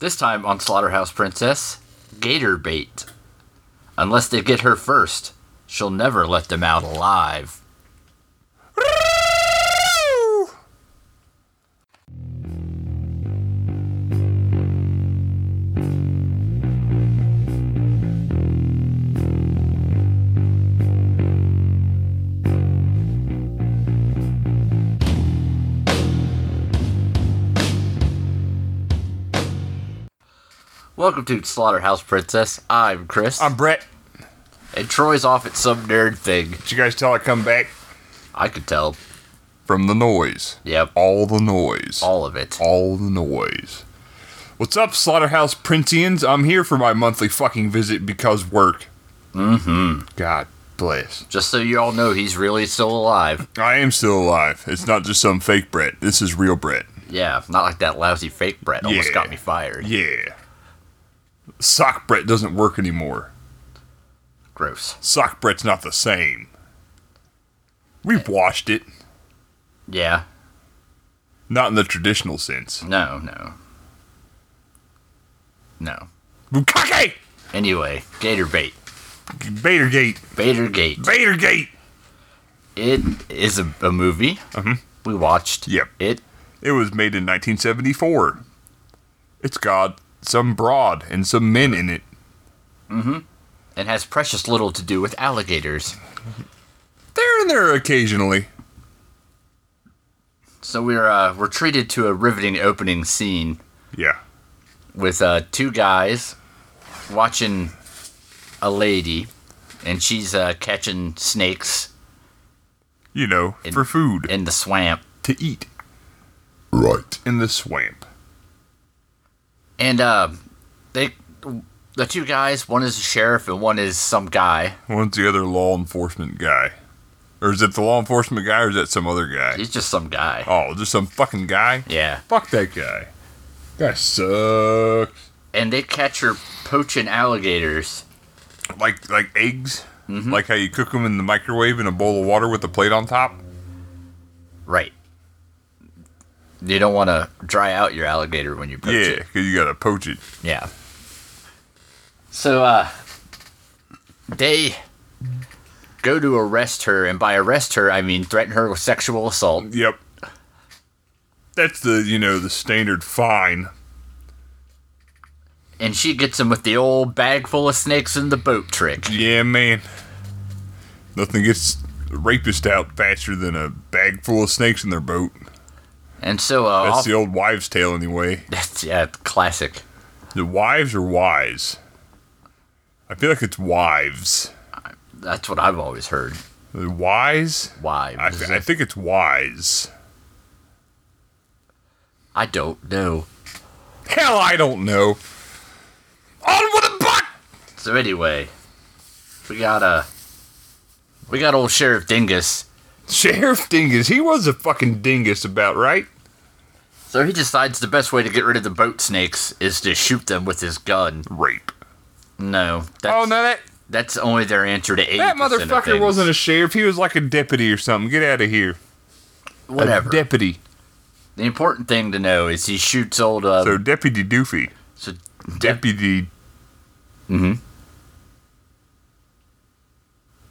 This time on Slaughterhouse Princess, gator bait. Unless they get her first, she'll never let them out alive. Welcome to Slaughterhouse Princess. I'm Chris. I'm Brett. and Troy's off at some nerd thing. Did you guys tell I come back I could tell. from the noise? Yep. All the noise. All of it. All the noise. What's up, Slaughterhouse Princians? I'm here for my monthly fucking visit because work. Mm-hmm. God bless. Just so you all know, he's really still alive. I am still alive. It's not just some fake Brett. This is real Brett. Yeah, not like that lousy fake Brett almost Yeah. got me fired. Yeah. Sock Brett doesn't work anymore. Gross. Sock Brett's not the same. We've washed it. Yeah. Not in the traditional sense. No, no. No. Bukake! Anyway, Gator Bait. Badergate. Bader Gate. Badergate! It is a, a movie. We watched. Mm-hmm. Yep. It. It was made in 1974. It's got some broad and some men in it. And has precious little to do with alligators. They're in there occasionally. So we're uh, we're treated to a riveting opening scene Yeah. with uh, two guys watching a lady, and she's uh, catching snakes You know, In- for food in the swamp. to eat. Right. In the swamp. And uh, they, the two guys, one is a sheriff and one is some guy. One's the other law enforcement guy. Or is it the law enforcement guy or is that some other guy? He's just some guy. Oh, just some fucking guy? Yeah. Fuck that guy. Guy sucks. And they catch her poaching alligators. Like like eggs? Like how you cook them in the microwave in a bowl of water with a plate on top? Right. You don't want to dry out your alligator when you poach Yeah, it. because you gotta poach it. Yeah. So uh they go to arrest her and by arrest her I mean threaten her with sexual assault. Yep. That's the you know the standard fine. And she gets him with the old bag full of snakes and the boat trick. Yeah, man. Nothing gets a rapist out faster than a bag full of snakes in their boat. And so uh That's off- the old wives' tale, anyway. that's yeah, classic. The wives are wise. I feel like it's wives. That's what I've always heard. The wise. Why? I, I think it's wise. I don't know. Hell, I don't know. On with a buck. So anyway, we got uh we got old Sheriff Dingus. Sheriff Dingus. He was a fucking dingus, about right. So he decides the best way to get rid of the boat snakes is to shoot them with his gun. Rape. No. That's, Oh no, that That's only their answer to eighty. That motherfucker wasn't a sheriff. He was like a deputy or something. Get out of here. whatever. A deputy. the important thing to know is he shoots old uh, So deputy Doofy. so, Deputy. Mm-hmm.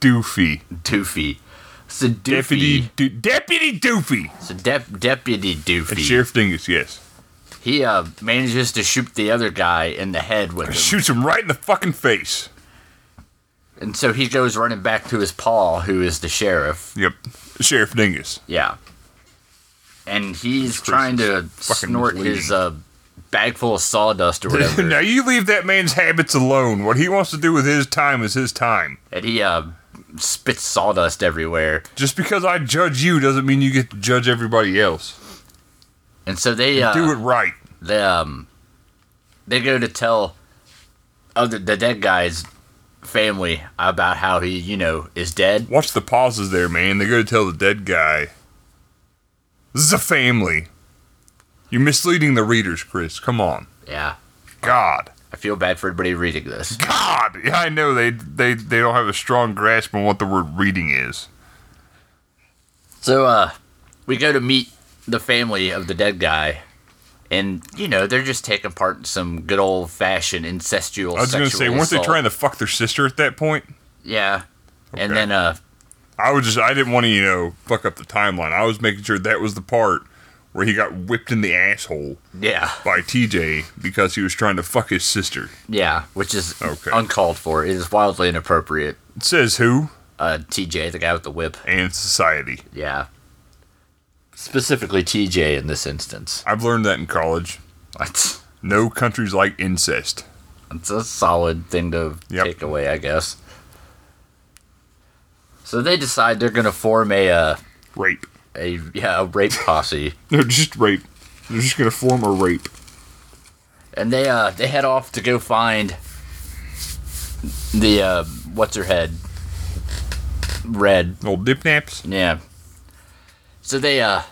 Doofy. Doofy. So Doofy. Deputy. Do- deputy Doofy. So Dep Deputy And Doofy. Sheriff Dingus. Yes. he uh, manages to shoot the other guy in the head with him. Shoots him right in the fucking face. And so he goes running back to his paw, who is the sheriff. Yep. Sheriff Dingus. Yeah. And he's trying to fucking snort bleeding. his uh, bag full of sawdust or whatever. now you leave that man's habits alone. What he wants to do with his time is his time. And he uh, spits sawdust everywhere. Just because I judge you doesn't mean you get to judge everybody else. And so they uh, Do it right. they um they go to tell other the dead guy's family about how he you know is dead Watch the pauses there, man. They go to tell the dead guy. This is a family. You're misleading the readers, Chris. Come on. yeah God. i feel bad for everybody reading this God. Yeah, I know they they they don't have a strong grasp on what the word reading is. so uh we go to meet the family of the dead guy and you know they're just taking part in some good old fashioned incestual. I was going to say, weren't they trying to fuck their sister at that point? Yeah, and Okay. then uh, I was just, I didn't want to, you know, fuck up the timeline. I was making sure that was the part where he got whipped in the asshole yeah, by TJ because he was trying to fuck his sister. yeah, which is Okay. uncalled for. It is wildly inappropriate. It says who Uh, TJ, the guy with the whip. and society. Yeah. Specifically TJ in this instance. I've learned that in college. That's, No countries like incest. that's a solid thing to Yep. take away, I guess. So they decide they're going to form a, uh, Rape. a yeah, a rape posse. They're just rape. They're just gonna form a rape. and they uh they head off to go find the uh what's her head? Red. Old dipnaps. Yeah. So they uh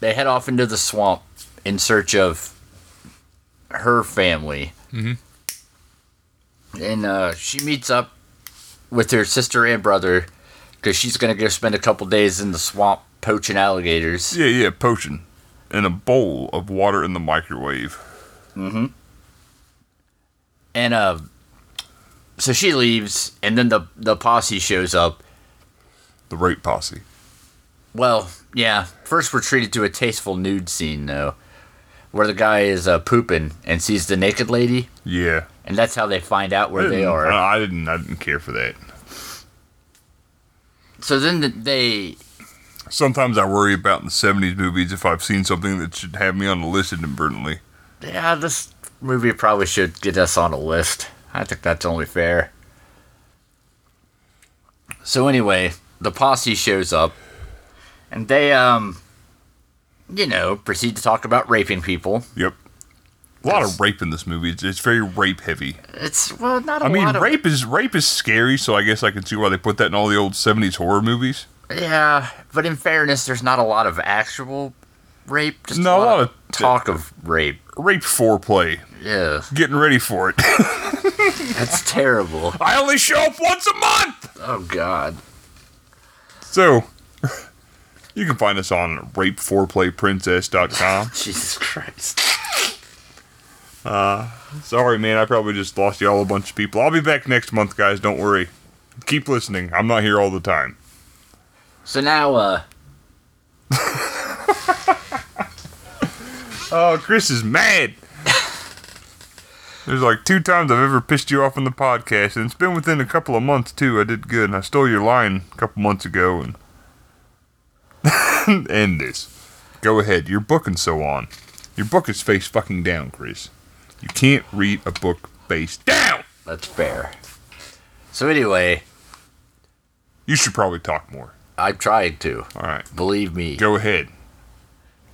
they head off into the swamp in search of her family. Mm-hmm. And uh, she meets up with her sister and brother because she's gonna go spend a couple days in the swamp poaching alligators. Yeah, yeah. Potion and a bowl of water in the microwave. And uh, so she leaves, and then the the posse shows up. The rape posse. Well, yeah. First, we're treated to a tasteful nude scene though, where the guy is uh, pooping and sees the naked lady. Yeah. and that's how they find out where they Didn't- are. I, I didn't. I didn't care for that. So then th- they, Sometimes I worry about in the '70s movies if I've seen something that should have me on the list inadvertently. yeah, this movie probably should get us on a list. I think that's only fair. So anyway, the posse shows up, and they, um, you know, proceed to talk about raping people. Yep. A lot That's- of rape in this movie. It's, it's very rape heavy. It's well, not a I mean, lot of rape is rape is scary, so I guess I can see why they put that in all the old '70s horror movies. Yeah, but in fairness, there's not a lot of actual rape. Just No, a lot, of, talk of rape. Rape foreplay, Yeah, getting ready for it. that's terrible. I only show up once a month. Oh God. So you can find us on rapeforeplayprincess.com. Jesus Christ. Sorry, man, I probably just lost y'all a bunch of people. I'll be back next month, guys. Don't worry. Keep listening. I'm not here all the time. So now, uh, Oh, Chris is mad. There's like two times I've ever pissed you off on the podcast, and it's been within a couple of months too. I did good, and I stole your line a couple months ago. And end this. Go ahead. Your book and so on. Your book is face fucking down, Chris. You can't read a book face down. that's fair. So anyway, You should probably talk more. I'm trying to. All right. Believe me. Go ahead.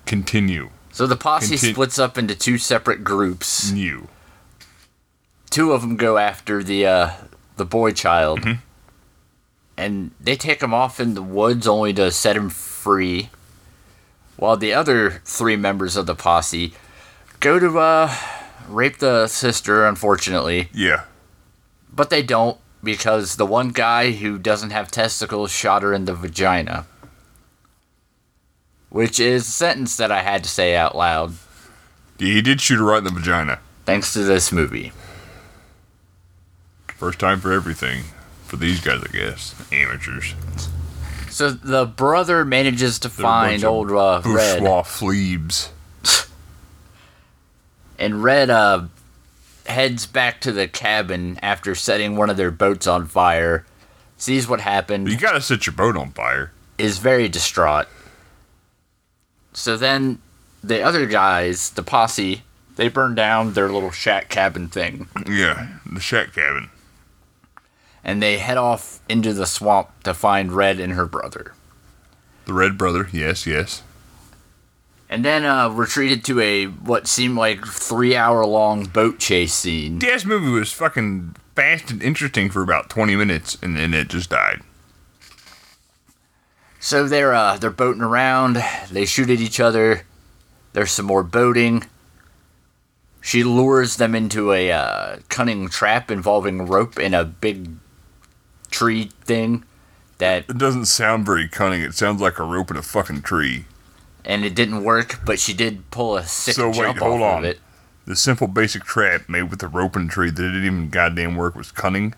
Continue. So the posse Contin- splits up into two separate groups. You. Two of them go after the, uh, the boy child. And they take him off in the woods only to set him free. While the other three members of the posse go to, uh, rape the sister, unfortunately. Yeah. But they don't because the one guy who doesn't have testicles shot her in the vagina. Which is a sentence that I had to say out loud Yeah, He did shoot her right in the vagina. thanks to this movie. First time for everything. For these guys, I guess. Amateurs. So the brother manages to They're a bunch find of old uh, Red, Bourgeois plebes. and Red uh, heads back to the cabin after setting one of their boats on fire, sees what happened, You gotta set your boat on fire. is very distraught. So then the other guys, the posse, they burn down their little shack cabin thing Yeah, the shack cabin. and they head off into the swamp to find Red and her brother. The Red Brother. Yes, yes. And then uh, we're treated to a what seemed like three hour long boat chase scene. This movie was fucking fast and interesting for about 20 minutes, and then it just died. So they're uh, they're boating around, they shoot at each other. There's some more boating. She lures them into a uh, cunning trap involving rope and a big tree thing that It doesn't sound very cunning. It sounds like a rope in a fucking tree. and it didn't work, but she did pull a sick So wait, jump hold off on. of it. The simple basic trap made with a rope and tree that didn't even goddamn work was cunning.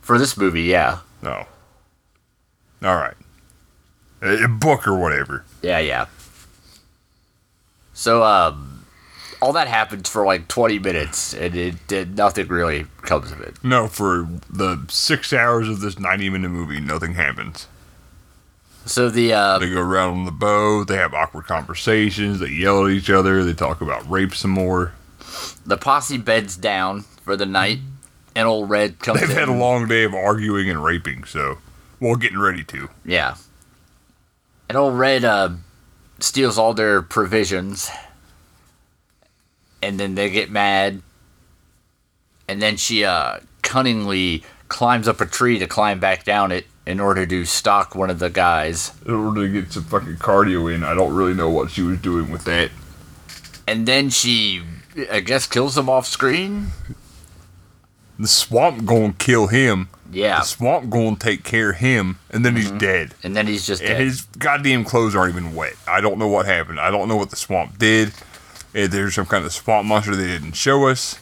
For this movie, yeah. No. All right. A a book or whatever. Yeah, yeah. So, um, all that happened for like 20 minutes, and it did nothing really comes of it. No, for the six hours of this 90 minute movie, nothing happens. So the uh, They go around on the boat. They have awkward conversations. They yell at each other. They talk about rape some more. the posse beds down for the night, and old Red comes They've in. had a long day of arguing and raping, so well, getting ready to. yeah. And old Red uh, steals all their provisions, and then they get mad. And then she uh, cunningly climbs up a tree to climb back down it in order to stalk one of the guys. In order to get some fucking cardio in, I don't really know what she was doing with that. and then she, I guess, kills him off screen. The swamp gonna kill him. Yeah, The swamp gonna take care of him, and then he's dead. and then he's just And dead. his goddamn clothes aren't even wet. I don't know what happened. I don't know what the swamp did. If there's some kind of swamp monster they didn't show us.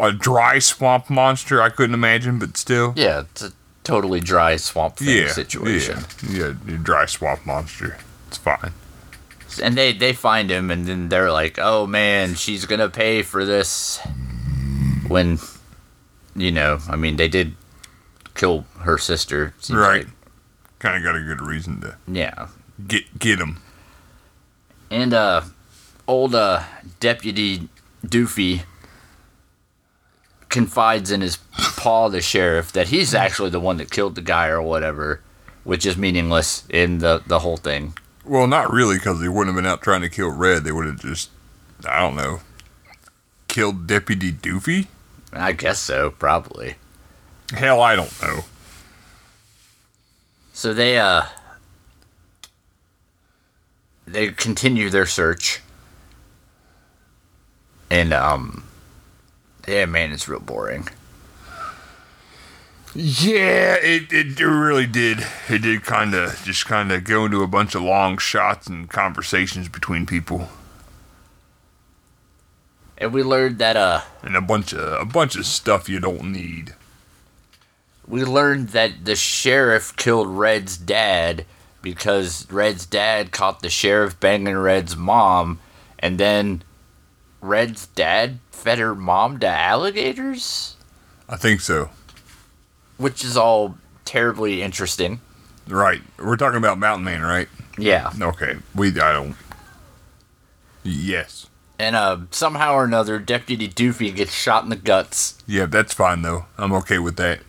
A dry swamp monster, I couldn't imagine, but still. yeah, it's a totally dry swamp thing situation. Yeah, yeah, dry swamp monster. It's fine. And they they find him, and then they're like, "Oh man, she's gonna pay for this." When, you know, I mean, they did kill her sister. seems right. like. Kind of got a good reason to Yeah, get get him. and uh, old uh deputy Doofy confides in his paw, the sheriff, that he's actually the one that killed the guy or whatever, which is meaningless in the the whole thing. Well, not really, because they wouldn't have been out trying to kill Red. They would have just, I don't know, killed Deputy Doofy. I guess so, probably. Hell, I don't know. So they uh they continue their search. And um yeah, man, it's real boring. Yeah, it, it it really did. It did kind of just kind of go into a bunch of long shots and conversations between people, And we learned that uh and a bunch of a bunch of stuff you don't need. we learned that the sheriff killed Red's dad because Red's dad caught the sheriff banging Red's mom, and then Red's dad fed her mom to alligators, I think so. which is all terribly interesting. Right, we're talking about Mountain Man, right? Yeah, Okay, we I don't. Yes, and uh, somehow or another, Deputy Doofy gets shot in the guts, yeah, that's fine though. I'm okay with that.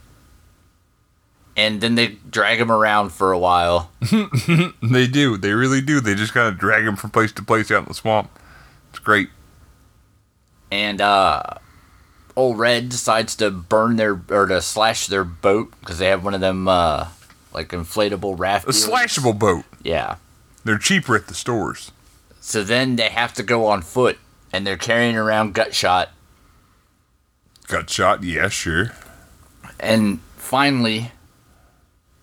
and then they drag him around for a while. They do, they really do. They just kind of drag him from place to place out in the swamp. It's great. and uh old red decides to burn their or to slash their boat because they have one of them uh like inflatable raft A deals. slashable boat. yeah They're cheaper at the stores. so then they have to go on foot and they're carrying around gut shot Got shot. Yeah, sure. and finally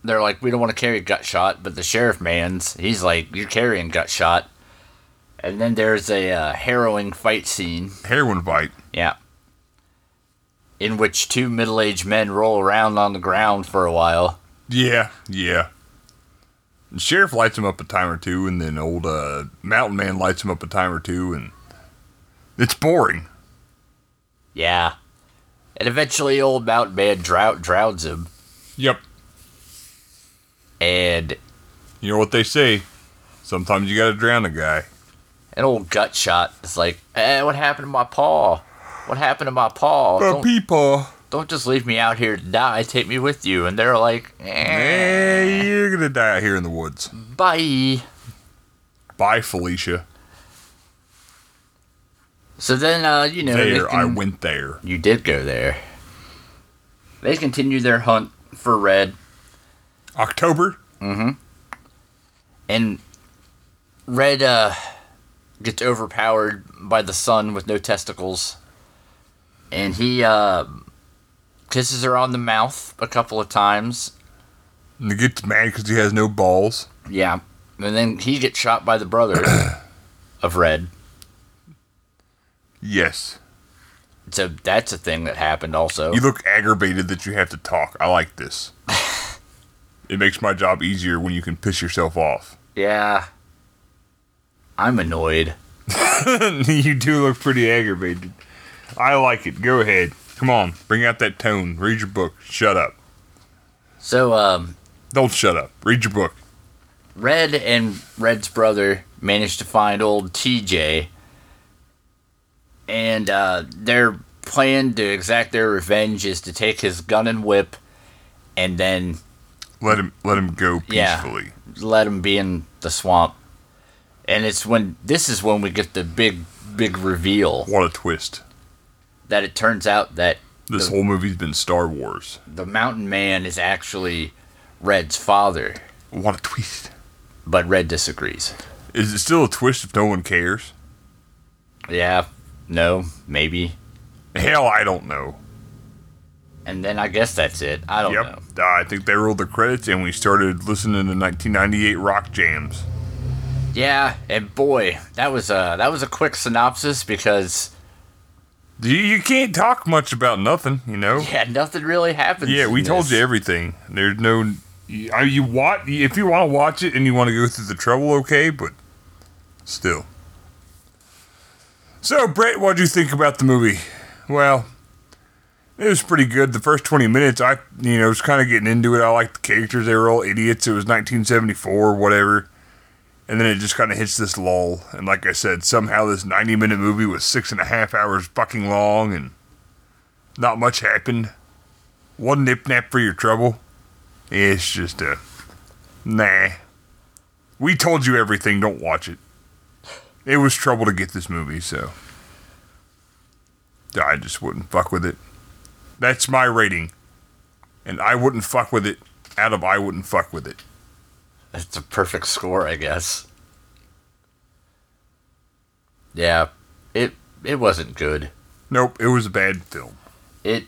they're like we don't want to carry gut shot but the sheriff man's he's like you're carrying gut shot and then there's a uh, harrowing fight scene Heroin fight. yeah in which two middle-aged men roll around on the ground for a while Yeah, yeah. The sheriff lights him up a time or two, and then old uh, mountain man lights him up a time or two, and it's boring. Yeah. And eventually old mountain man drought drowns him. Yep. And You know what they say? Sometimes you gotta drown a guy. an old gut shot is like, eh, what happened to my paw? What happened to my paw? Don't, people, don't just leave me out here to die. Take me with you. And they're like, eh, hey, you're gonna die out here in the woods. bye. Bye, Felicia. So then, uh, you know, they There, I con- went there. you did go there. They continue their hunt for Red. October. And Red uh, gets overpowered by the sun with no testicles. And he uh, kisses her on the mouth a couple of times. And he gets mad because he has no balls. Yeah. and then he gets shot by the brother of Red. Yes. So that's a thing that happened also. You look aggravated that you have to talk. I like this. it makes my job easier when you can piss yourself off. yeah. I'm annoyed. you do look pretty aggravated. I like it. Go ahead. Come on. Bring out that tone. Read your book. Shut up. So um Don't shut up. Read your book. Red and Red's brother managed to find old TJ, and uh, their plan to exact their revenge is to take his gun and whip, and then Let him let him go Yeah. peacefully. let him be in the swamp. And it's when this is when we get the big, big reveal What a twist. that it turns out that This whole movie's been Star Wars. the Mountain Man is actually Red's father, What a twist. but Red disagrees. Is it still a twist if no one cares? Yeah, no, maybe. Hell, I don't know. And then I guess that's it. I don't Yep. know. Uh, I think they rolled the credits and we started listening to 1998 rock jams. Yeah, and boy, that was a that was a quick synopsis because You, you can't talk much about nothing, you know? yeah, nothing really happens. Yeah, we in told this. you everything. There's no. You, I- you want if you want to watch it and you want to go through the trouble, okay, but still. So, Brett, what'd you think about the movie? Well, it was pretty good. The first twenty minutes, I you know was kind of getting into it. I liked the characters; they were all idiots. It was 1974, whatever. And then it just kind of hits this lull. And like I said, somehow this 90 minute movie was six and a half hours fucking long, and not much happened one nip nap for your trouble. It's just a nah. We told you everything. Don't watch it. It was trouble to get this movie, so I just wouldn't fuck with it. That's my rating, and I wouldn't fuck with it. Out of I wouldn't fuck with it. It's a perfect score, I guess. Yeah, it it wasn't good. Nope, it was a bad film. It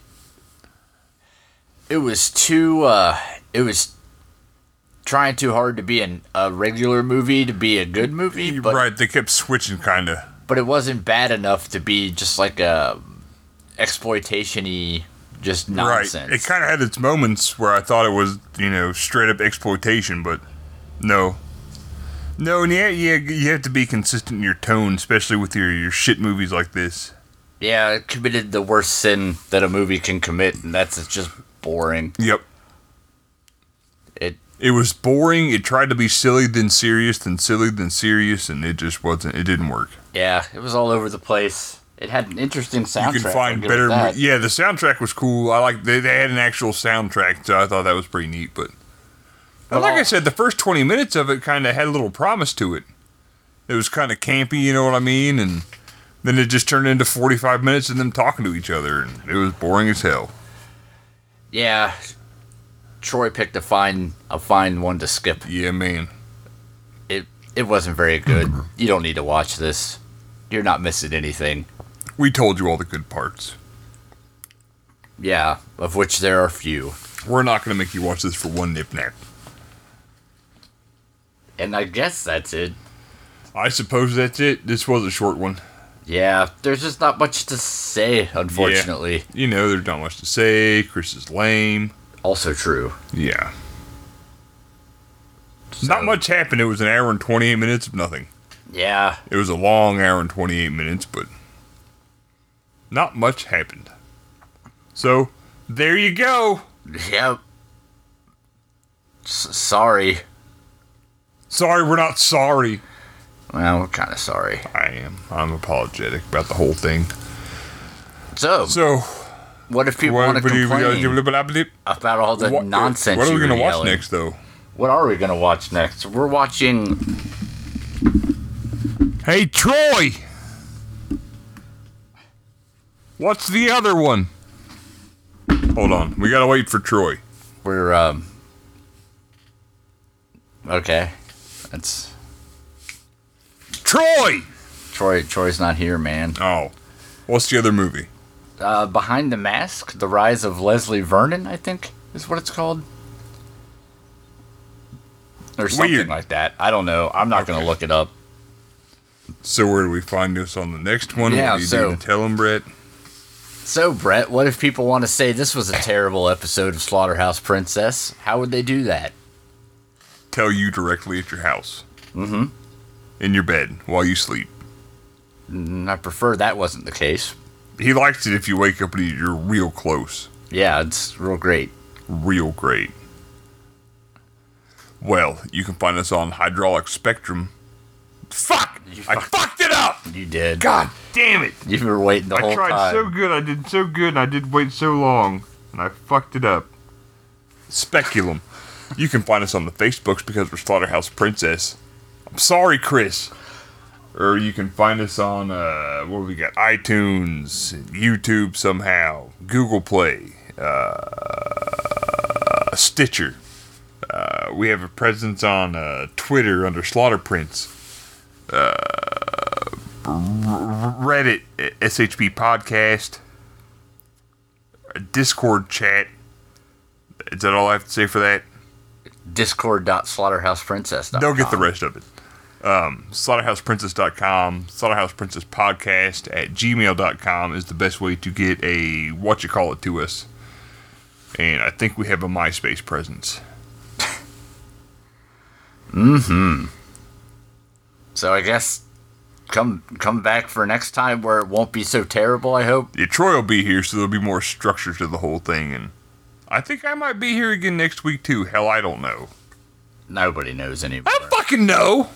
it was too uh it was trying too hard to be an, a regular movie to be a good movie, but right, they kept switching, kind of. but it wasn't bad enough to be just like a exploitation-y just Right, nonsense. it kind of had its moments where I thought it was, you know, straight up exploitation, but no, no, and yeah, yeah, you have to be consistent in your tone, especially with your your shit movies like this. Yeah, it committed the worst sin that a movie can commit, and that's it's just boring. Yep, It it was boring. It tried to be silly, then serious, then silly, then serious, and it just wasn't. It didn't work. yeah, it was all over the place. It had an interesting soundtrack. You can find better. mo- Yeah, the soundtrack was cool. I like they, they had an actual soundtrack, so I thought that was pretty neat. But but like I all- said, the first twenty minutes of it kind of had a little promise to it. It was kind of campy, you know what I mean, and then it just turned into forty-five minutes of them talking to each other, and it was boring as hell. yeah. Troy picked a fine a fine one to skip. Yeah, man. It it wasn't very good. You don't need to watch this. You're not missing anything. We told you all the good parts. Yeah, of which there are few. We're not gonna make you watch this for one nip nap. And I guess that's it. I suppose that's it. This was a short one. Yeah, there's just not much to say, unfortunately. You know, there's not much to say. Chris is lame. Also true. Yeah. Not much happened. It was an hour and 28 minutes of nothing. Yeah. It was a long hour and 28 minutes, but not much happened. So, there you go. Yep. S- sorry. Sorry, we're not sorry. Well, we're kind of sorry. I am. I'm apologetic about the whole thing. So, So, what if people want what to what do you- complain what about all the nonsense? what are we you gonna were watch yelling? next, though? What are we gonna watch next? We're watching. Hey, Troy! What's the other one? Hold on. We gotta wait for Troy. We're um. Okay, that's Troy! Troy. Troy's not here, man. Oh. What's the other movie? Uh, Behind the Mask: The Rise of Leslie Vernon, I think, is what it's called. or something Weird. like that. I don't know. I'm not going to look it up. So where do we find this on the next one? Yeah, what do you so- do to tell him, Brett? So, Brett, what if people want to say this was a terrible episode of Slaughterhouse Princess? How would they do that? Tell you directly at your house. Mm-hmm. In your bed while you sleep. Mm, I prefer that wasn't the case. He likes it if you wake up and you're real close. Yeah, it's real great. real great. Well, you can find us on Hydraulic Spectrum. Fuck! I fucked it up! You did. God damn it! You were waiting the I whole tried time. so good, I did so good, and I did wait so long, and I fucked it up. Speculum. You can find us on the Facebooks because we're Slaughterhouse Princess. I'm sorry, Chris. Or you can find us on, uh, what have we got? iTunes, YouTube somehow, Google Play, uh, Stitcher. Uh, we have a presence on uh, Twitter under Slaughter Prince. Reddit uh, SHP podcast, a Discord chat. Is that all I have to say for that? Discord.slaughterhouseprincess.com. They'll get the rest of it. Um, slaughterhouseprincess.com, slaughterhouseprincesspodcast at gmail.com is the best way to get a what you call it to us. And I think we have a MySpace presence. So I guess come come back for next time where it won't be so terrible. I hope. Yeah, Troy will be here, so there'll be more structure to the whole thing. And I think I might be here again next week, too. Hell, I don't know. Nobody knows anymore. I don't fucking know!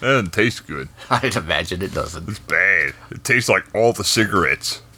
That doesn't taste good. I'd imagine it doesn't. It's bad. It tastes like all the cigarettes.